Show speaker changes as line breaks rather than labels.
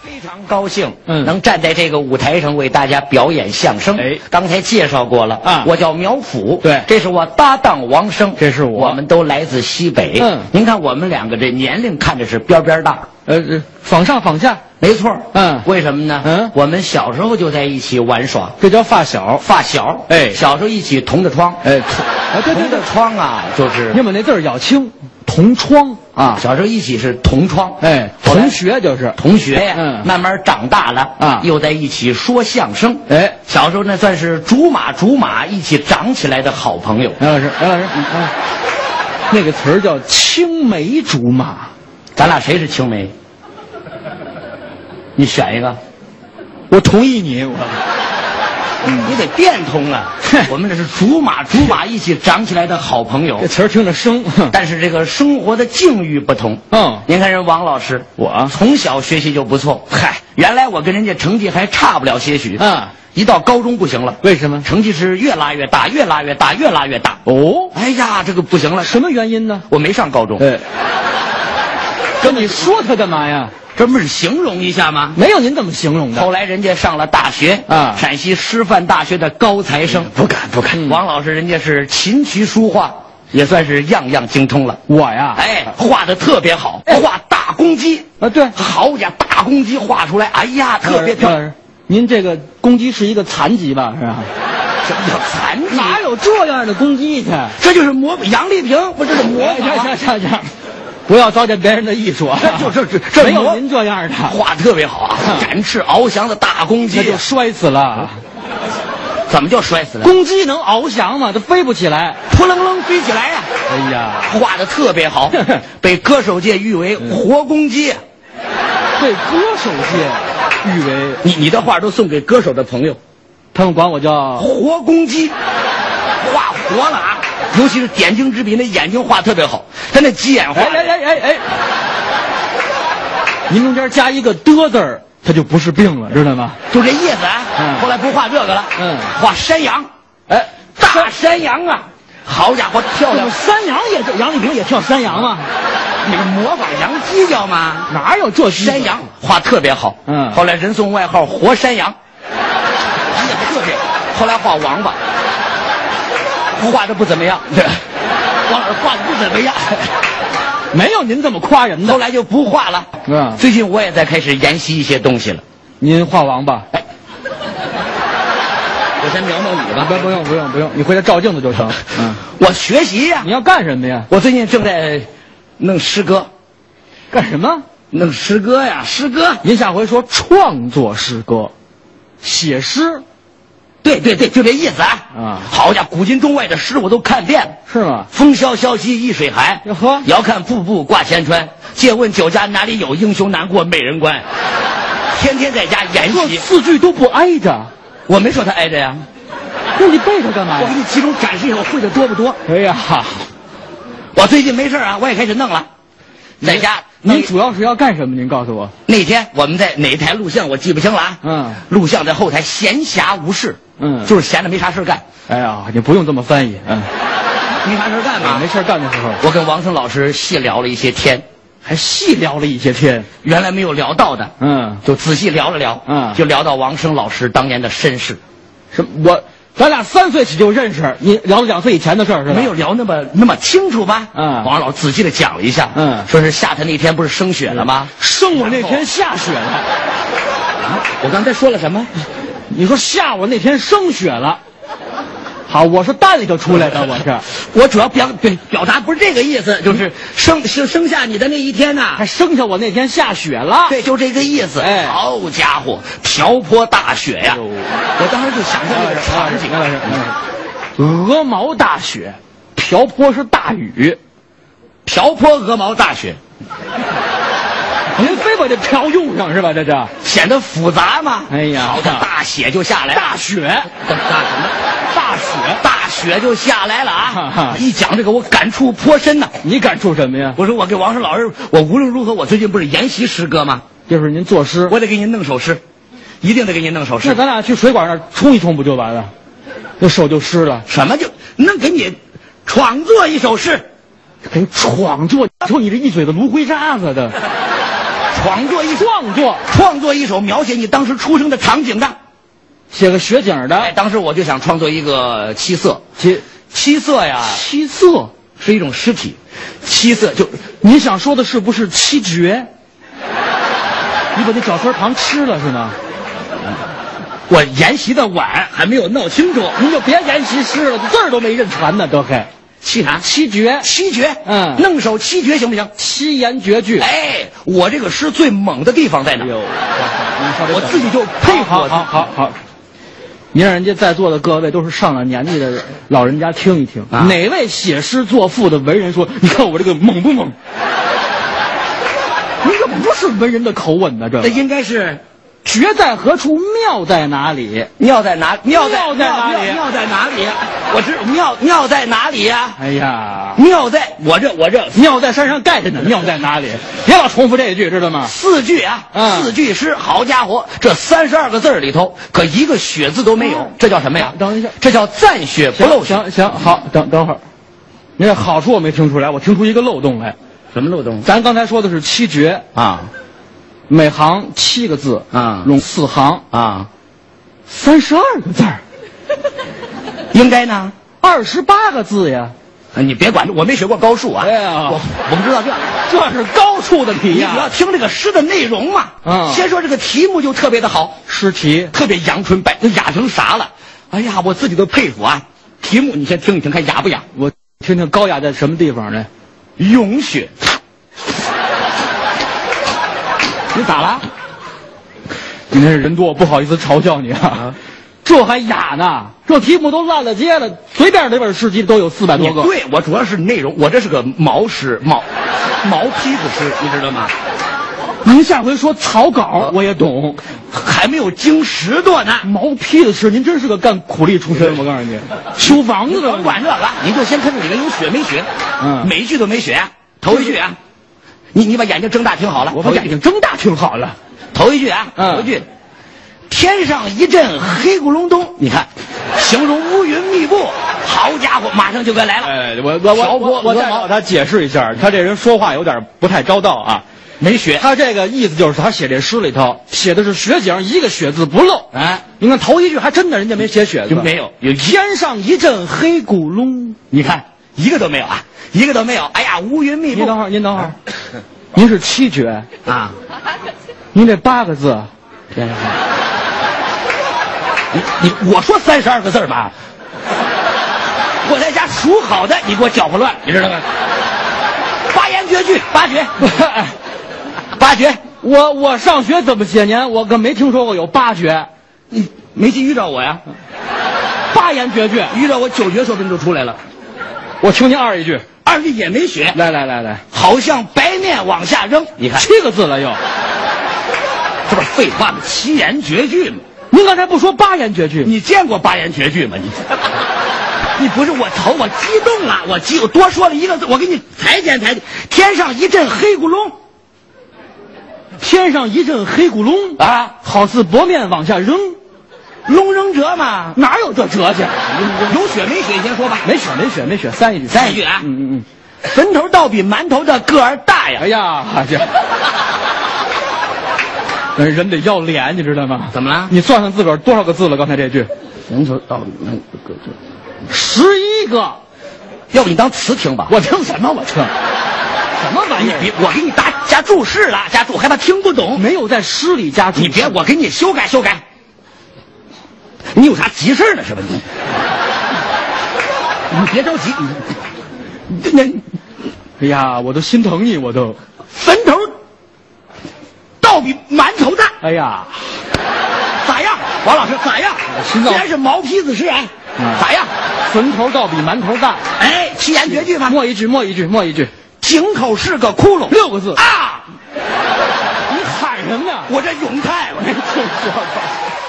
非常高兴，
嗯
能站在这个舞台上为大家表演相声。
哎
刚才介绍过了
啊
我叫苗阜，
对
这是我搭档王生，
这是我
我们都来自西北。
嗯
您看我们两个这年龄看着是边边大，
呃，呃仿上仿下，
没错。
嗯
为什么呢？
嗯
我们小时候就在一起玩耍，
这叫发小。
发小，
哎
小时候一起同着窗，
哎，啊，对对
同
对
着，窗啊，就是
你把那字儿咬清，同窗啊，
小时候一起是同窗，
哎，
后来
同学就是，
同学呀，
嗯
慢慢长大了
啊
又在一起说相声。
哎，
小时候那算是竹马竹马一起长起来的好朋友。
杨老师，杨老师，啊，那个词儿叫青梅竹马，
咱俩谁是青梅？你选一个，
我同意你，我
嗯你得变通啊
哼！
我们这是竹马竹马一起长起来的好朋友
这，词儿听着生， 哼
但是这个生活的境遇不同。
嗯，
您看人王老师，
我
从小学习就不错，嗨，原来我跟人家成绩还差不了些许，
啊，
一到高中不行了，
为什么？
成绩是越拉越大，越拉越大，越拉越大。
哦，
哎呀，这个不行了，
什么原因呢？
我没上高中，
哎，跟你说他干嘛呀？
这不是形容一下吗？
没有您怎么形容的
后？来人家上了大学
啊
陕西师范大学的高材生，不敢不
嗯
王老师人家是琴棋书画也算是样样精通了，
我呀，
哎，画的特别好，
哎
画大公鸡，
啊，对，
好家伙，大公鸡画出来，哎
嗯
呀，特别漂
漂
亮。
亮。您这个公鸡是一个残疾吧？是吧？
什么叫残疾？
嗯哪有这样的公鸡去？
这就是模杨丽萍，不是这模
哎，
仿
这这这这，不要糟践别人的艺术啊！
这这这这
没有
模
您这样的，
画得特别好啊，展翅翱翔的大公鸡
嗯
啊
那就摔死了。
怎么就摔死了？
公鸡能翱翔吗？它飞不起来。
扑棱棱飞起来呀、
哎呀，
画的特别好，
嗯
被歌手界誉为活公鸡。啊
被歌手界誉为，
你你的画都送给歌手的朋友，
他们管我叫
活公鸡，画活了啊！尤其是点睛之笔，那眼睛画特别好，他那鸡眼画
哎
的。
哎哎哎哎，您中间加一个的字儿，它就不是病了，知道吗？
就这意思啊。
嗯
后来不画这个了，
嗯
画山羊，
哎，
大山羊啊，好家伙，漂
怎
亮
么！山羊也这杨丽萍也跳山羊啊？
你模仿羊犄角吗？
哪有这鸡
山羊画特别好，
嗯
后来人送外号“活山羊”，也特别。后来画王八，画的不怎么样，王老师画的不怎么样，
没有您这么夸人
后
的。
来就不画了。
嗯
最近我也在开始研习一些东西了。
您画王八？
我先描描你
啊不，不用不用不用，你回家照镜子就 行。嗯，
我学习呀、
你要干什么呀？
我最近正在弄诗歌，
干什么？
弄诗歌呀，诗歌。
您下回说创作诗歌，写诗
对对对，就这意思啊。
啊
好家伙，古今中外的诗我都看遍了。
是吗？
风萧萧兮易水寒，
哟呵
遥看瀑布挂前川。借问酒家哪里有？英雄难过美人关。天天在家研
这
习，
四句都不挨着，
我没说他挨着呀。
那你背它干嘛
我给
呀？
你集中展示一下，我会的多不多？
哎呀，
我最近没事啊，我也开始弄了，在家。
您主要是要干什么？您告诉我。
那天我们在哪台录像我记不清了啊。
嗯
录像在后台闲暇无事，
嗯
就是闲着没啥事儿干，
哎呀，你不用这么翻译，嗯，哎
没啥事儿干嘛
没？事儿干的时候
我跟王生老师细聊了一些天，
还细聊了一些天。
原来没有聊到的，
嗯，
就仔细聊了聊，
嗯
就聊到王生老师当年的身世，
什么？我咱俩三岁起就认识，你聊了两岁以前的事儿是吧？
没有，聊那么那么清楚吧？
嗯
王老师仔细的讲了一下，
嗯
说是下他那天不是升雪了吗？
生我那天下雪了，嗯
啊，我刚才说了什么？
你说下我那天升雪了，好，我是蛋里头出 来的，我嗯是，
我主要表表表达不是这个意思，就是生生生下你的那一天呐、
还生下我那天下雪了。
对，就这个意思。
哎
好家伙，瓢泼大雪呀、
哎呦哎
我当时就想象那个场景。
杨老师，杨老师，鹅毛大雪，瓢泼是大雨，
瓢泼鹅毛大雪，
您非把这瓢用上是吧？这这
显得复杂嘛。
哎呀
好像大雪就下来了，
大雪，
大大什么？
大雪，
大雪就下来了
哈
啊
哈！
一讲这个，我感触颇深呐、
你感触什么呀？
我说我给王石老师，我无论如何，我最近不是研习诗歌吗？
就是您作诗，
我得给您弄首诗，一定得给您弄首
那
诗。
咱俩去水管那儿冲一冲不就完了？那手就湿了，
什么就能给你创作一首诗？
给你闯作，瞅你这一嘴的芦灰渣子的，
创作一首
创作，
创作一首描写你当时出生的场景啊的。
写个雪景儿
哎，
的
当时我就想创作一个七色，
七啊
七色呀
七色。
是一种尸体，七色就
你想说的是不是七绝？你把那绞丝儿糖吃了是吗？
我研习的晚，还没有弄清楚。
您就别研习诗了，字儿都没认全呢，都还
七啥？
七绝
七绝，
嗯
弄首七绝行不行？
七言绝句。
哎，我这个诗最猛的地方在哪
哎？呦，
我
我
自己就佩服
好
我自己
好好好，您让人家在座的各位都是上了年纪的老人家听一听，
啊
哪位写诗作赋的文人说：“你看我这个猛不 猛？”您这不是文人的口吻呢，这
那应该是
绝在何处，妙在哪里？
妙在哪？妙在
妙在哪里
妙妙在哪里？我知妙妙在哪里呀、
哎呀，
妙在我这我这
妙在山上盖着呢，妙在哪里？别老重复这一句，知道吗？
四句啊，
嗯
四句诗，好家伙，这三十二个字儿里头可一个血字都没有，这叫什么呀？
嗯等一下
这叫暂血不漏血。
行行好，等等会儿，您这好处我没听出来，我听出一个漏洞来。
什么漏洞
咱刚才说的是七绝，
啊？
每行七个字
啊
拢四行，
啊，
三十二个字儿，
应该呢。
二十八个字呀，
啊你别管，我没学过高数啊。
哎呀
我我不知道这。
这是高处的题
你主要
呀，
听这个诗的内容嘛。
嗯
先说这个题目就特别的好，
诗题。
特别阳春白，都雅成啥了？哎呀，我自己都佩服啊！题目你先听一听，看雅不雅？
我听听高雅在什么地方呢？
咏雪，你咋了？
你那是人多，不好意思嘲笑你啊
啊。
这还雅呢？这题目都烂了街了，随便哪本诗集都有四百多
你
个。
对我主要是内容，我这是个毛诗，毛毛坯子诗，你知道吗？
您下回说草稿我也懂，
还没有经石头呢。
毛坯子诗，您真是个干苦力出身，我告诉你，修房子
你
的。
甭管这个，你就先看看里面有血没血。
嗯
每一句都没血。头一句啊，你你把眼睛睁大听好了。
我把
头一句
眼睛睁大听好了。
头一句啊，
嗯
头一句，天上一阵黑咕隆咚，你看，形容乌云密布，好家伙，马上就该来了。
哎，我我
挑
我
拨
我我
鹅
再
毛
给他解释一下，他这人说话有点不太周到啊。
没学，
他这个意思就是，他写这诗里头写的是雪景，一个雪字不漏。
哎，
你看头一句还真的人家没写雪字，
就没有有一，
天上一阵黑咕隆。
你看一个都没有啊，一个都没有。哎呀，乌云密
您等
布
会儿，您等会儿，您是七绝，
啊！
您这八个字，
天上，你你我说三十二个字儿吧，我在家数好的，你给我搅和乱，你知道吗？八言绝句，八绝，八绝，
我我上学怎么写您？我可没听说过有八绝，
你没去遇着我呀？
八言绝句。
遇到我九绝说不定就出来了，
我听您二一句，
二句也没学，
来来来来，
好像白面往下扔。你看，
七个字了又。
这不是废话吗？七言绝句吗？
您刚才不说八言绝句吗？
你见过八言绝句吗？你，你不是我头，我激动了，我激，我多说了一个字，我给你裁剪裁剪。天上一阵黑咕隆
天上一阵黑咕隆，
啊，
好似薄面往下扔，
龙扔折嘛，
哪有这折去？
有雪没雪先说吧。
没雪，没雪，没雪，三一句，
三一句啊
嗯嗯
坟头倒比馒头的个儿大
嗯。
呀
哎。呀，这。 人人得要脸，你知道吗？
怎么了
你算算自个儿多少个字了？刚才这句，
坟头倒比馒头个儿大。
十一个。
要不你当词听吧？
我听什么？我听什么玩意
你
儿？
别，我给你打加注释了，加注，害怕听不懂。
没有在诗里加注
你
释。
别，我给你修改修改。你有啥急事儿呢？是吧你？你别着急，你那
哎呀，我都心疼你，我都。
坟头倒比馒头大，
哎呀，
咋样？王老师咋样
心？
既
脏
然是毛坯子诗啊
嗯，
咋样？
坟头倒比馒头大。
哎，七言绝句吧。
默一句，默一句，默一句，
井口是个窟窿，
六个字。
啊！
你喊什么呀？
我这咏叹，我这。
就说吧。